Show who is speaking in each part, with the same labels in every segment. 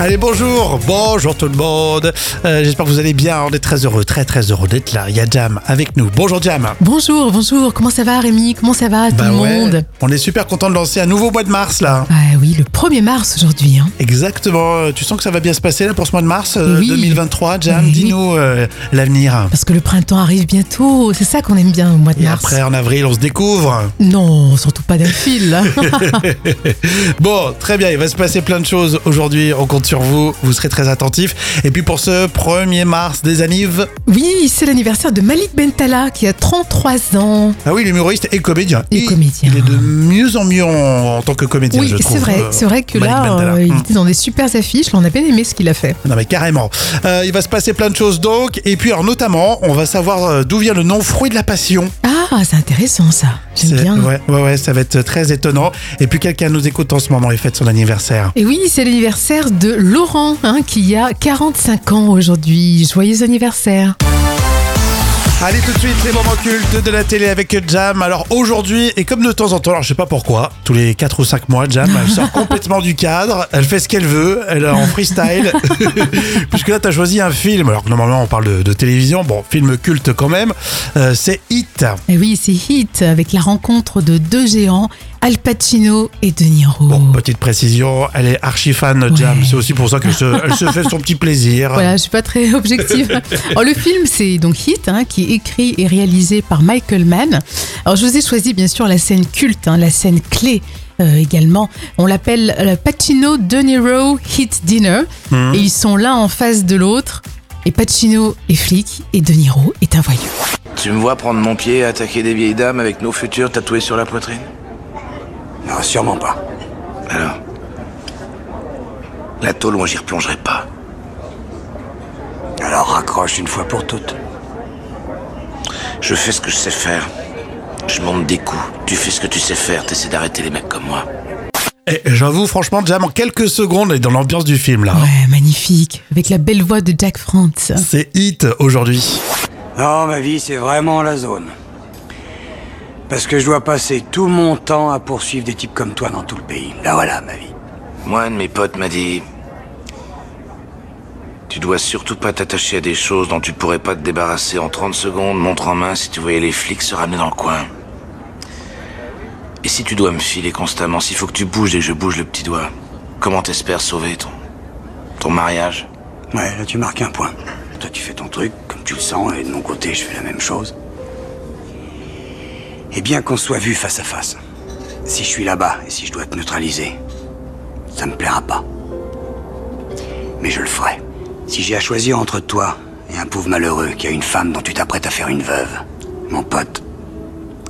Speaker 1: Allez, bonjour, bonjour tout le monde. Euh, J'espère que vous allez bien. On est très heureux, très très heureux d'être là. Il y a Jam avec nous. Bonjour Jam.
Speaker 2: Bonjour, bonjour, comment ça va Rémi Comment ça va tout
Speaker 1: Bah
Speaker 2: le
Speaker 1: ouais,
Speaker 2: monde
Speaker 1: On est super content de lancer un nouveau mois de mars là.
Speaker 2: Ah oui, le 1er mars aujourd'hui. hein.
Speaker 1: Exactement. Euh, Tu sens que ça va bien se passer là pour ce mois de mars euh,
Speaker 2: Oui.
Speaker 1: 2023. Jam,
Speaker 2: Oui.
Speaker 1: dis-nous euh, l'avenir.
Speaker 2: Parce que le printemps arrive bientôt, c'est ça qu'on aime bien au mois de
Speaker 1: Et
Speaker 2: mars.
Speaker 1: après, en avril, on se découvre.
Speaker 2: Non, surtout pas d'un fil.
Speaker 1: Bon, très bien, il va se passer plein de choses aujourd'hui. On compte sur vous, vous serez très attentifs. Et puis pour ce 1er mars des anives,
Speaker 2: oui, c'est l'anniversaire de Malik Bentala qui a 33 ans.
Speaker 1: ah oui, l'humoriste et comédien.
Speaker 2: Et
Speaker 1: il,
Speaker 2: comédien.
Speaker 1: Il est de mieux en mieux en, en tant que comédien,
Speaker 2: oui,
Speaker 1: je trouve.
Speaker 2: c'est vrai,
Speaker 1: euh,
Speaker 2: c'est vrai que
Speaker 1: Malik
Speaker 2: là,
Speaker 1: Bentala.
Speaker 2: euh, il
Speaker 1: Hmm.
Speaker 2: était dans des supers affiches, là, on a bien aimé ce qu'il a fait.
Speaker 1: Non mais carrément. Euh, il va se passer plein de choses donc. Et puis alors notamment, on va savoir euh, d'où vient le nom fruit de la passion.
Speaker 2: Ah, c'est intéressant ça, j'aime
Speaker 1: C'est-
Speaker 2: bien.
Speaker 1: Ouais, ouais, ouais, ça va être très étonnant. Et puis quelqu'un nous écoute en ce moment et fête son anniversaire.
Speaker 2: Et oui, c'est l'anniversaire de Laurent, hein, qui a 45 ans aujourd'hui. Joyeux anniversaire.
Speaker 1: Allez tout de suite les moments cultes de la télé avec Jam. Alors aujourd'hui et comme de temps en temps, alors je sais pas pourquoi, tous les 4 ou 5 mois Jam elle sort complètement du cadre, elle fait ce qu'elle veut, elle est en freestyle. Puisque là t'as choisi un film, alors que normalement on parle de, de télévision, bon film culte quand même, Euh, c'est Hit.
Speaker 2: Et Eh oui, c'est Hit avec la rencontre de deux géants, Al Pacino et De Niro.
Speaker 1: Bon, bah, petite précision, elle est archi fan Jam,
Speaker 2: Mm. Ouais.
Speaker 1: c'est aussi pour ça qu'elle se, elle se fait son petit plaisir.
Speaker 2: Voilà, je suis pas très objective. Alors, le film, c'est donc Hit, hein, qui est écrit et réalisé par Michael Mann. Alors, je vous ai choisi, bien sûr, la scène culte, hein, la scène clé euh, également. On l'appelle euh, Pacino De Niro Hit Dinner. Et ils sont l'un en face de l'autre. Et Pacino est flic et De Niro est un voyou.
Speaker 3: Tu me vois prendre mon pied, attaquer des vieilles dames avec nos futurs tatoués sur la poitrine Non, sûrement pas. Alors La tôle, moi, j'y replongerai pas. Alors raccroche une fois pour toutes. Je fais ce que je sais faire. Je monte des coups. Tu fais ce que tu sais faire, t'essaies d'arrêter les mecs comme moi.
Speaker 1: Et j'avoue, franchement, Jam, en quelques secondes, elle est dans l'ambiance du film là.
Speaker 2: Ouais, magnifique. Avec la belle voix de Jack France.
Speaker 1: C'est Hit aujourd'hui.
Speaker 4: Non, ma vie, c'est vraiment la zone. Parce que je dois passer tout mon temps à poursuivre des types comme toi dans tout le pays. Là, voilà, ma vie.
Speaker 3: Moi, un de mes potes m'a dit. Tu dois surtout pas t'attacher à des choses dont tu pourrais pas te débarrasser en 30 secondes, montre en main si tu voyais les flics se ramener dans le coin. Et si tu dois me filer constamment, s'il faut que tu bouges et que je bouge le petit doigt, comment t'espères sauver ton. ton mariage
Speaker 4: Ouais, là, tu marques un point. Toi, tu fais ton truc, comme tu le sens, et de mon côté, je fais la même chose. Et bien qu'on soit vu face à face, si je suis là-bas et si je dois te neutraliser, ça me plaira pas. Mais je le ferai. Si j'ai à choisir entre toi et un pauvre malheureux qui a une femme dont tu t'apprêtes à faire une veuve, mon pote,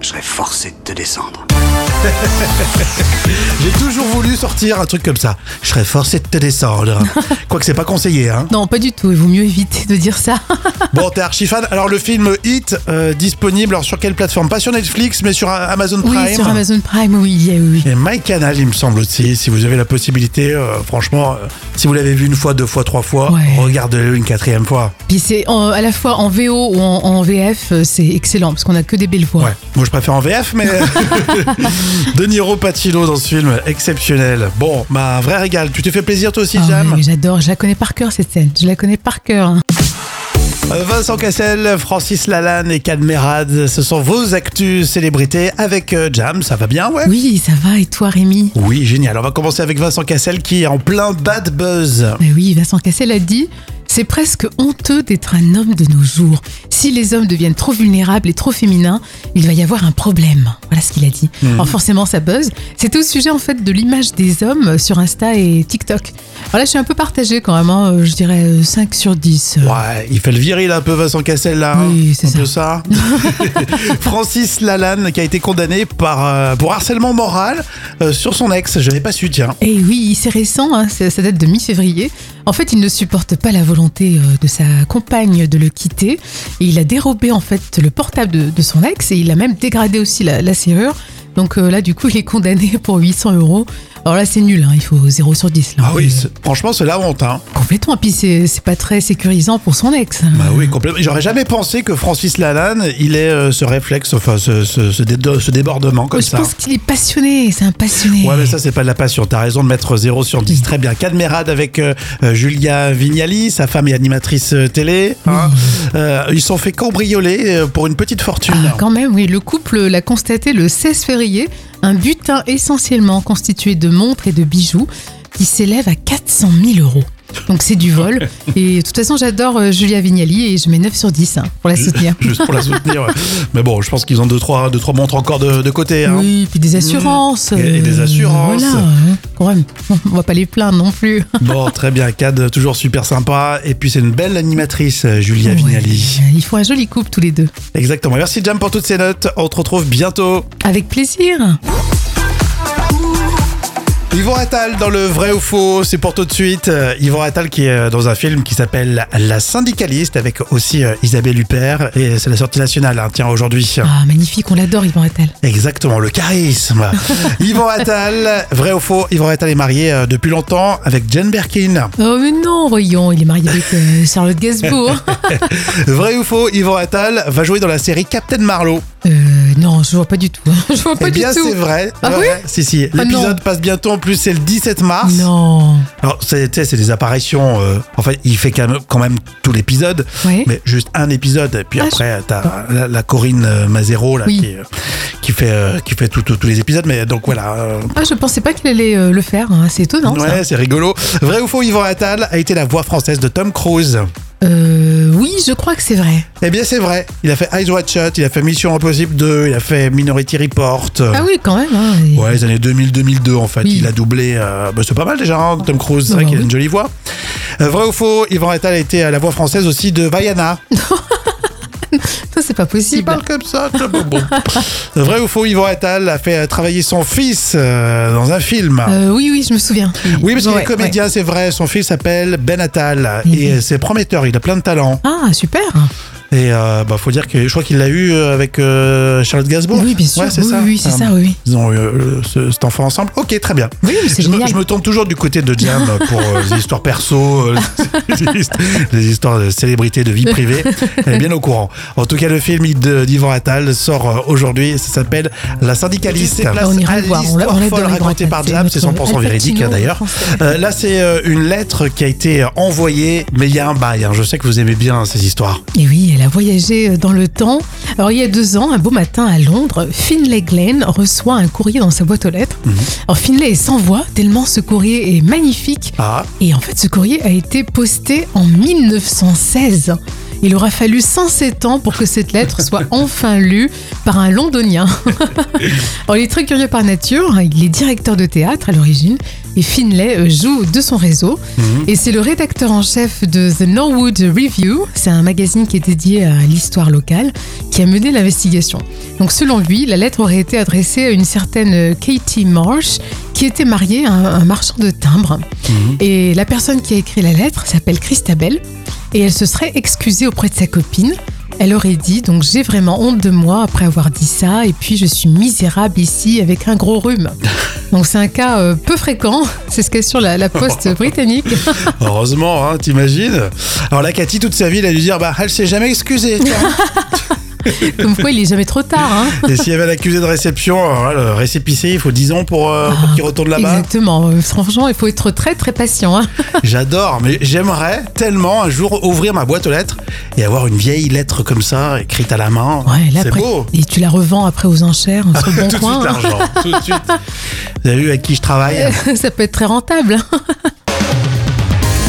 Speaker 4: je serai forcé de te descendre.
Speaker 1: J'ai toujours voulu sortir un truc comme ça. Je serais forcé de te descendre. Quoique c'est pas conseillé, hein.
Speaker 2: Non, pas du tout. Il vaut mieux éviter de dire ça.
Speaker 1: Bon, t'es archi fan. Alors le film Hit, euh, disponible alors, sur quelle plateforme Pas sur Netflix, mais sur euh, Amazon
Speaker 2: Oui,
Speaker 1: Prime.
Speaker 2: sur Amazon Prime, oui, oui, oui.
Speaker 1: Et MyCanal, il me semble aussi. Si vous avez la possibilité, euh, franchement, euh, si vous l'avez vu une fois, deux fois, trois fois,
Speaker 2: Ouais.
Speaker 1: regardez-le une quatrième fois.
Speaker 2: Puis c'est en- à la fois en VO ou en, en VF, euh, c'est excellent parce qu'on a que des belles voix.
Speaker 1: Ouais. Moi, je préfère en VF, mais. De Niro Patino dans ce film exceptionnel. Bon, bah, un vrai régal. Tu te fais plaisir, toi aussi,
Speaker 2: Ah
Speaker 1: Jam
Speaker 2: ouais, mais J'adore, je la connais par cœur cette scène, je la connais par cœur. hein.
Speaker 1: Euh, Vincent Cassel, Francis Lalanne et Cadmerad, ce sont vos actus célébrités avec euh, Jam. Ça va bien, ouais
Speaker 2: Oui, ça va, et toi Rémi
Speaker 1: Oui, génial. On va commencer avec Vincent Cassel qui est en plein bad buzz.
Speaker 2: Ben oui, Vincent Cassel a dit C'est presque honteux d'être un homme de nos jours. Si les hommes deviennent trop vulnérables et trop féminins, il va y avoir un problème. Voilà ce qu'il a dit.
Speaker 1: Hmm.
Speaker 2: Alors forcément, ça buzz. C'était au sujet en fait de l'image des hommes sur Insta et TikTok. Alors là, je suis un peu partagée quand même, hein, euh, je dirais euh, 5 sur 10. euh.
Speaker 1: Ouais, il fait le viril un peu Vincent Cassel là. hein.
Speaker 2: Oui, c'est
Speaker 1: un peu ça. Francis Lalanne qui a été condamné par, euh, pour harcèlement moral euh, sur son ex. Je n'avais pas su, tiens.
Speaker 2: Et Eh oui, c'est récent, hein, ça ça date de mi-février. En fait, il ne supporte pas la volonté euh, de sa compagne de le quitter. Et il a dérobé en fait le portable de, de son ex et il a même dégradé aussi la, la serrure. Donc euh, là, du coup, il est condamné pour 800 euros. Alors là, c'est nul, hein, il faut 0 sur 10. Là,
Speaker 1: Ah oui, c'est- franchement, c'est la honte. Hein.
Speaker 2: Complètement. Puis c'est c'est pas très sécurisant pour son ex.
Speaker 1: Bah oui, complètement. J'aurais jamais pensé que Francis Lalanne, il ait euh, ce réflexe, enfin, ce, ce- ce dé- ce débordement comme
Speaker 2: Je
Speaker 1: ça.
Speaker 2: pense qu'il est passionné, c'est un passionné.
Speaker 1: Ouais, mais ça, c'est pas de la passion. T'as raison de mettre 0 sur
Speaker 2: Mm.
Speaker 1: 10. Très bien. Cadmerade avec euh, euh, Julia Vignali, sa femme et animatrice euh, télé. hein. Euh, ils sont fait cambrioler euh, pour une petite fortune.
Speaker 2: Mm. Ah, quand même, oui, le couple l'a constaté le 16 février, un butin essentiellement constitué de montres et de bijoux qui s'élève à 400 000 euros. Donc c'est du vol. Et de toute façon, j'adore euh, Julia Vignali et je mets 9 sur 10 hein, pour la soutenir.
Speaker 1: Juste pour la soutenir. ouais. Mais bon, je pense qu'ils ont deux trois, deux, trois montres encore de, de côté. hein.
Speaker 2: Oui, puis des assurances.
Speaker 1: Et- et des
Speaker 2: euh,
Speaker 1: assurances.
Speaker 2: Voilà, hein, quand même. On va pas les plaindre non plus.
Speaker 1: Bon, très bien. Cad, toujours super sympa. Et puis, c'est une belle animatrice, euh, Julia Vignali.
Speaker 2: Ouais, Ils font un joli couple tous les deux.
Speaker 1: Exactement. Merci, Jam, pour toutes ces notes. On te retrouve bientôt.
Speaker 2: Avec plaisir.
Speaker 1: Yvon Attal dans le vrai ou faux, c'est pour tout de suite. Euh, Yvon Attal qui est euh, dans un film qui s'appelle La syndicaliste avec aussi euh, Isabelle Huppert et c'est la sortie nationale, hein, tiens, aujourd'hui.
Speaker 2: Ah, magnifique, on l'adore, Yvan Attal.
Speaker 1: Exactement, le charisme. Yvon Attal, vrai ou faux, Yvon Attal est marié euh, depuis longtemps avec Jane Birkin.
Speaker 2: Oh, mais non, voyons, il est marié avec euh, Charlotte Gainsbourg.
Speaker 1: Vrai ou faux, Yvon Attal va jouer dans la série Captain Marlowe.
Speaker 2: Euh, non, je vois pas du tout. Je vois pas
Speaker 1: eh bien,
Speaker 2: du tout.
Speaker 1: c'est vrai.
Speaker 2: Ah
Speaker 1: Ouais,
Speaker 2: oui
Speaker 1: ouais, Si, si.
Speaker 2: Ah non.
Speaker 1: L'épisode passe bientôt, en plus, c'est le 17 mars.
Speaker 2: Non.
Speaker 1: Alors, c'est tu sais, c'est des apparitions. euh, en fait, il fait quand même, quand même tout l'épisode,
Speaker 2: Oui.
Speaker 1: mais juste un épisode. Et puis
Speaker 2: Ah,
Speaker 1: après, t'as la, la Corinne euh, Mazero là,
Speaker 2: Oui.
Speaker 1: qui, euh, qui fait, euh, qui fait tout- tout- tous les épisodes. Mais donc voilà. euh,
Speaker 2: Ah, je pensais pas qu'il allait euh, le faire. hein. C'est étonnant.
Speaker 1: ouais, c'est rigolo. Vrai ou faux, Yvan Attal a été la voix française de Tom Cruise.
Speaker 2: Ça. Euh, oui, je crois que c'est vrai.
Speaker 1: Eh bien, c'est vrai. Il a fait Eyes Wide Shut, il a fait Mission Impossible 2, il a fait Minority Report.
Speaker 2: Ah oui, quand même. hein. Et-
Speaker 1: Euh. Ouais, les années 2000-2002 en fait.
Speaker 2: Oui.
Speaker 1: Il a doublé. euh, bah, c'est pas mal déjà, hein, Tom Cruise. C'est
Speaker 2: Ah
Speaker 1: vrai
Speaker 2: bah
Speaker 1: qu'il a
Speaker 2: oui.
Speaker 1: une jolie voix. Euh, vrai ou faux, Yvan Attal a été à la voix française aussi de Vaiana.
Speaker 2: Ça, c'est pas
Speaker 1: Il
Speaker 2: possible.
Speaker 1: parle comme ça. tu vois, bon, bon. Vrai ou faux, Yvan Attal a fait euh, travailler son fils euh, dans un film.
Speaker 2: Euh, oui, oui, je me souviens.
Speaker 1: oui, parce qu'il
Speaker 2: Ouais,
Speaker 1: est comédien, c'est vrai. Son fils s'appelle Ben Attal.
Speaker 2: Mhm.
Speaker 1: Et euh, c'est prometteur, il a plein de talents.
Speaker 2: ouais. Ah, super.
Speaker 1: Et euh, bah, faut dire que je crois qu'il l'a eu euh, avec euh, Charlotte Gainsbourg.
Speaker 2: Oui, bien sûr.
Speaker 1: Ouais, c'est
Speaker 2: oui,
Speaker 1: ça.
Speaker 2: oui, c'est
Speaker 1: Euh,
Speaker 2: ça, oui. oui.
Speaker 1: Ils ont eu euh, ce- cet enfant ensemble. Ok, très bien.
Speaker 2: Oui, mais c'est
Speaker 1: Je me,
Speaker 2: génial.
Speaker 1: je me tourne toujours du côté de Jam pour euh, les histoires perso, euh, les, hist- les histoires de célébrités, de vie privée. Elle est bien au courant. En tout cas, le film de- d'Yvan Attal sort euh, aujourd'hui. Ça s'appelle La syndicaliste.
Speaker 2: Ah, on ira le voir, on l'a-
Speaker 1: L'histoire
Speaker 2: on l'adore,
Speaker 1: folle
Speaker 2: Yvan
Speaker 1: racontée
Speaker 2: Attal,
Speaker 1: par
Speaker 2: c'est
Speaker 1: Jam, c'est
Speaker 2: notre
Speaker 1: 100%
Speaker 2: Al
Speaker 1: véridique hein,
Speaker 2: Pacino
Speaker 1: d'ailleurs.
Speaker 2: français.
Speaker 1: Euh, là, c'est euh, une lettre qui a été euh, envoyée, mais il y a un bail. hein. Je sais que vous aimez bien ces histoires.
Speaker 2: Et oui, elle a voyagé euh, dans le temps. Alors, il y a deux ans, un beau matin à Londres, Finlay Glenn reçoit un courrier dans sa boîte aux lettres.
Speaker 1: Mhm.
Speaker 2: Alors, Finlay est sans voix, tellement ce courrier est magnifique.
Speaker 1: Ah,
Speaker 2: Et en fait, ce courrier a été posté en 1916. Il aura fallu 107 ans pour que cette lettre soit enfin lue par un londonien. Alors, il est très curieux par nature, il est directeur de théâtre à l'origine, et Finlay euh, joue de son réseau. Et c'est le rédacteur en chef de The Norwood Review, c'est un magazine qui est dédié à l'histoire locale, qui a mené l'investigation. Donc selon lui, la lettre aurait été adressée à une certaine euh, Katie Marsh, qui était mariée à un, un marchand de timbres. Et la personne qui a écrit la lettre s'appelle Christabel et elle se serait excusée auprès de sa copine. Elle aurait dit donc j'ai vraiment honte de moi après avoir dit ça et puis je suis misérable ici avec un gros rhume. Donc c'est un cas euh, peu fréquent, c'est ce qu'assure la, la poste britannique.
Speaker 1: heureusement, hein, t'imagines. Alors là, Cathy, toute sa vie, elle a dû dire bah, elle s'est jamais excusée. tiens.
Speaker 2: Comme quoi il est jamais trop tard. hein.
Speaker 1: Et s'il y avait l'accusé de réception, alors là, le récépissé, il faut 10 ans pour, euh, pour qu'il retourne là-bas.
Speaker 2: Exactement. Euh, Franchement, il faut être très très patient. hein.
Speaker 1: J'adore, mais j'aimerais tellement un jour ouvrir ma boîte aux lettres et avoir une vieille lettre comme ça, écrite à la main.
Speaker 2: Ouais, là,
Speaker 1: C'est
Speaker 2: après-
Speaker 1: beau.
Speaker 2: Et tu la revends après aux enchères sur le bon
Speaker 1: Tout de
Speaker 2: coin. hein.
Speaker 1: suite l'argent, tout de suite. Vous avez vu avec qui je travaille
Speaker 2: Ça peut être très rentable. hein.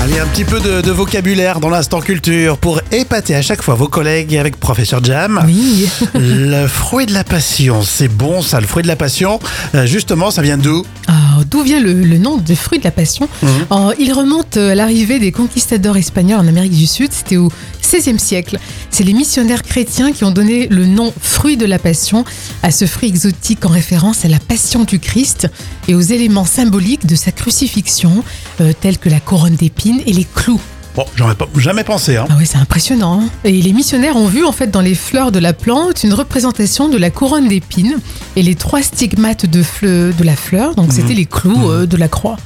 Speaker 1: Allez, un petit peu de, de vocabulaire dans l'instant culture pour épater à chaque fois vos collègues avec Professeur Jam.
Speaker 2: Oui.
Speaker 1: Le fruit de la passion, c'est bon ça, le fruit de la passion. Euh, justement, ça vient d'où
Speaker 2: Alors, Ah, D'où vient le, le nom de fruit de la passion Alors, Il remonte à l'arrivée des conquistadors espagnols en Amérique du Sud, c'était au XVIe siècle. C'est les missionnaires chrétiens qui ont donné le nom fruit de la passion à ce fruit exotique en référence à la passion du Christ et aux éléments symboliques de sa crucifixion, euh, tels que la couronne d'épines et les clous.
Speaker 1: Bon, j'en ai pas- jamais pensé. Hein.
Speaker 2: Ah oui, c'est impressionnant. hein. Et les missionnaires ont vu en fait dans les fleurs de la plante une représentation de la couronne d'épines et les trois stigmates de, fleu- de la fleur,
Speaker 1: Mhm.
Speaker 2: donc c'était les clous euh, de la croix.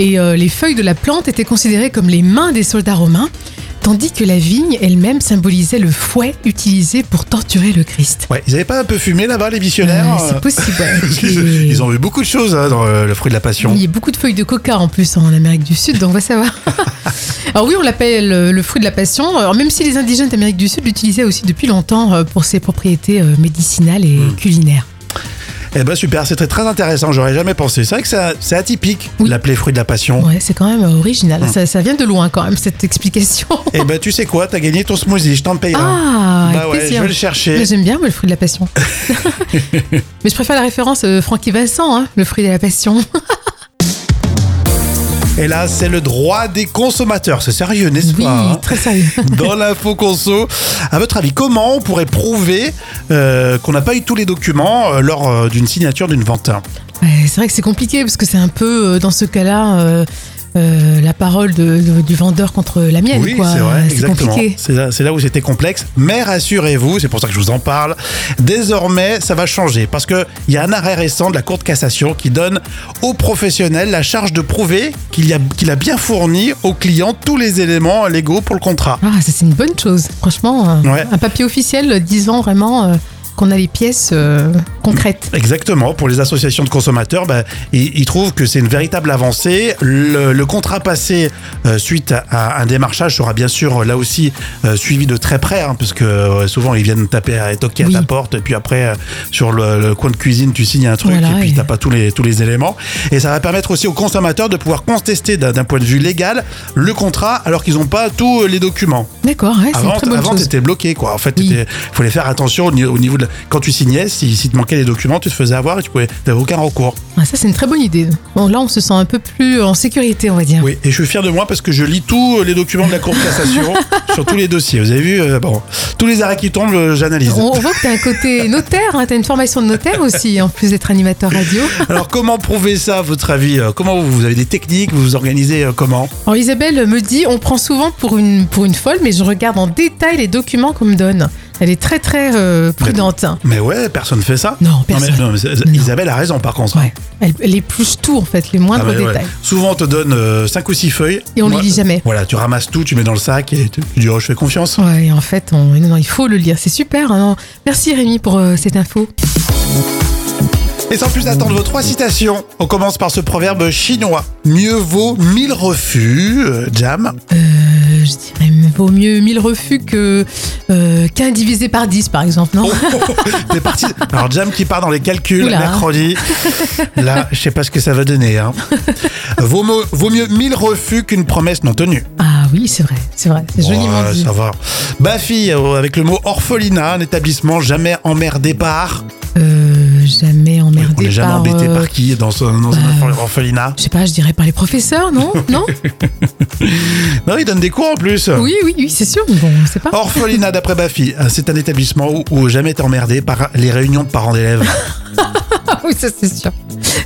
Speaker 2: Et euh, les feuilles de la plante étaient considérées comme les mains des soldats romains, tandis que la vigne elle-même symbolisait le fouet utilisé pour torturer le Christ.
Speaker 1: Ouais, ils avaient pas un peu fumé là-bas, les
Speaker 2: Euh,
Speaker 1: missionnaires euh,
Speaker 2: c'est possible. ouais.
Speaker 1: ils,
Speaker 2: Et-
Speaker 1: ils ont vu beaucoup de choses hein, dans euh, le fruit de la passion.
Speaker 2: Il y a beaucoup de feuilles de coca en plus en Amérique du Sud, donc on va savoir. Alors oui, on l'appelle euh, le fruit de la passion, alors même si les indigènes d'Amérique du Sud l'utilisaient aussi depuis longtemps euh, pour ses propriétés euh, médicinales et
Speaker 1: Hmm.
Speaker 2: culinaires.
Speaker 1: Eh ben super, c'était très intéressant, j'aurais jamais pensé. C'est vrai que ça- c'est atypique,
Speaker 2: Oui.
Speaker 1: l'appeler fruit de la passion.
Speaker 2: Ouais, c'est quand même euh,
Speaker 1: Hmm.
Speaker 2: original. Ça, ça vient de loin quand même cette explication.
Speaker 1: Eh ben tu sais quoi, t'as gagné ton smoothie, je t'en paye un.
Speaker 2: Ah,
Speaker 1: bah
Speaker 2: avec
Speaker 1: ouais,
Speaker 2: plaisir.
Speaker 1: je vais le chercher.
Speaker 2: Mais J'aime bien moi, le fruit de la passion. Mais je préfère la référence euh, Francky Vincent, hein, le fruit de la passion.
Speaker 1: Et là, c'est le droit des consommateurs. C'est sérieux, n'est-ce
Speaker 2: oui,
Speaker 1: pas hein
Speaker 2: très sérieux.
Speaker 1: dans l'info conso. À votre avis, comment on pourrait prouver euh, qu'on n'a pas eu tous les documents euh, lors euh, d'une signature d'une vente
Speaker 2: Ouais, c'est vrai que c'est compliqué parce que c'est un peu euh, dans ce cas-là euh, euh, la parole de- de- du vendeur contre la mienne. quoi. c'est
Speaker 1: exactement.
Speaker 2: compliqué.
Speaker 1: C'est là, c'est là où c'était complexe. Mais rassurez-vous, c'est pour ça que je vous en parle. Désormais, ça va changer parce que il y a un arrêt récent de la Cour de cassation qui donne aux professionnels la charge de prouver qu'il y a, qu'il a bien fourni au client tous les éléments légaux pour le contrat.
Speaker 2: Ah, ça c'est une bonne chose. Franchement, euh,
Speaker 1: Ouais.
Speaker 2: un papier officiel euh, disant vraiment euh, qu'on a les pièces euh, concrètes.
Speaker 1: Exactement. Pour les associations de consommateurs, bah, ils, ils trouvent que c'est une véritable avancée. Le, le contrat passé euh, suite à un démarchage sera bien sûr là aussi euh, suivi de très près, hein, parce que euh, souvent ils viennent taper, à- toquer
Speaker 2: Oui.
Speaker 1: à ta porte, et puis après euh, sur le, le coin de cuisine tu signes un truc,
Speaker 2: Voilà,
Speaker 1: et puis
Speaker 2: et-
Speaker 1: t'as pas tous les tous les éléments. Et ça va permettre aussi aux consommateurs de pouvoir contester d'un d'un point de vue légal le contrat, alors qu'ils n'ont pas tous les documents.
Speaker 2: D'accord, ouais, c'est une
Speaker 1: Ah, Avant,
Speaker 2: très bonne
Speaker 1: avant
Speaker 2: chose.
Speaker 1: t'étais bloqué, quoi. En fait,
Speaker 2: Oui.
Speaker 1: il fallait faire attention au ni- au niveau de. la- Quand tu signais, si, si te manquait les documents, tu te faisais avoir et tu pouvais. T'avais aucun recours.
Speaker 2: Ah, ça c'est une très bonne idée. Bon, là on se sent un peu plus en sécurité, on va dire.
Speaker 1: Oui. Et je suis fier de moi parce que je lis tous euh, les documents de la Cour de cassation sur tous les dossiers. Vous avez vu euh, Bon, tous les arrêts qui tombent, euh, j'analyse.
Speaker 2: On, on voit que t'as un côté notaire, hein, t'as une formation de notaire aussi, en plus d'être animateur radio.
Speaker 1: Alors, comment prouver ça, à votre avis Euh, Comment vous, vous avez des techniques Vous vous organisez euh, comment
Speaker 2: Alors Isabelle me dit, on prend souvent pour une, pour une folle, mais je regarde en détail les documents qu'on me donne. Elle est très très euh, prudente.
Speaker 1: Mais ouais, personne fait ça.
Speaker 2: Non,
Speaker 1: mais-
Speaker 2: personne.
Speaker 1: non, mais c'est- c'est-
Speaker 2: Non.
Speaker 1: Isabelle a raison, par contre. hein.
Speaker 2: Ouais. Elle, elle épluche tout en fait, les
Speaker 1: Ah,
Speaker 2: moindres
Speaker 1: mais ouais.
Speaker 2: détails.
Speaker 1: Souvent, on te donne 5 ou 6 feuilles.
Speaker 2: Et on les
Speaker 1: Moi,
Speaker 2: lit jamais.
Speaker 1: Voilà, tu ramasses tout, tu mets dans le sac et tu tu dis, oh, je fais confiance.
Speaker 2: Ouais, et en fait, on- non, non, il faut le lire, c'est super. hein. Merci Rémi pour euh, cette info.
Speaker 1: Et sans plus attendre vos trois citations, on commence par ce proverbe chinois. Mieux vaut mille refus, euh, Jam.
Speaker 2: Euh, je dirais, mais vaut mieux 1000 refus que euh, qu'un divisé par 10 par exemple, non
Speaker 1: C'est parti. Alors Jam qui part dans les calculs,
Speaker 2: Oula.
Speaker 1: mercredi. Là, je sais pas ce que ça va donner. hein. Vaut, mo- vaut mieux mille refus qu'une promesse non tenue.
Speaker 2: Ah oui, c'est vrai, c'est vrai, c'est joliment
Speaker 1: Oh. Ouais,
Speaker 2: dit.
Speaker 1: ça va. Bafi, euh, avec le mot orphelinat, un établissement jamais emmerdé par.
Speaker 2: Euh, jamais emmerdé
Speaker 1: On n'est jamais
Speaker 2: par,
Speaker 1: embêté
Speaker 2: euh,
Speaker 1: par qui dans, un- dans un orphelinat
Speaker 2: Je sais pas, je dirais par les professeurs, non Non
Speaker 1: Non, ils donnent des cours en plus.
Speaker 2: Oui, oui, oui, c'est sûr. mais Bon, on sait
Speaker 1: Oh.
Speaker 2: pas.
Speaker 1: Orphelinat d'après Bafi, c'est un établissement où, où jamais t'es emmerdé par les réunions de parents d'élèves.
Speaker 2: Ah oui, ça c'est sûr.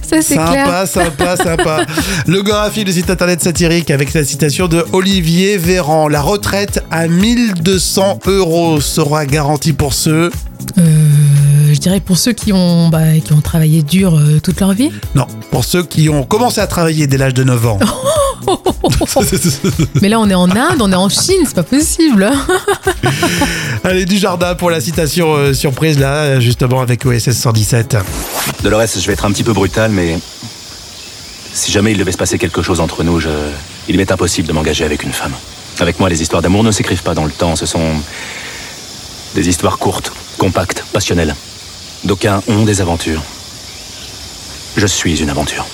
Speaker 2: Ça c'est clair.
Speaker 1: Sympa, sympa, sympa. Le Gorafi, le site internet satirique avec la citation de Olivier Véran. La retraite à 1200 euros sera garantie pour ceux...
Speaker 2: Euh, je dirais pour ceux qui ont, bah, qui ont travaillé dur euh, toute leur vie.
Speaker 1: Non, pour ceux qui ont commencé à travailler dès l'âge de 9 ans.
Speaker 2: Mais là, on est en Inde, on est en Chine, c'est pas possible.
Speaker 1: Allez, du jardin pour la citation euh, surprise là, euh, justement avec OSS 117.
Speaker 5: Dolores, je vais être un petit peu brutal, mais si jamais il devait se passer quelque chose entre nous, je... il m'est impossible de m'engager avec une femme. Avec moi, les histoires d'amour ne s'écrivent pas dans le temps. Ce sont des histoires courtes, compactes, passionnelles. D'aucuns ont des aventures. Je suis une aventure.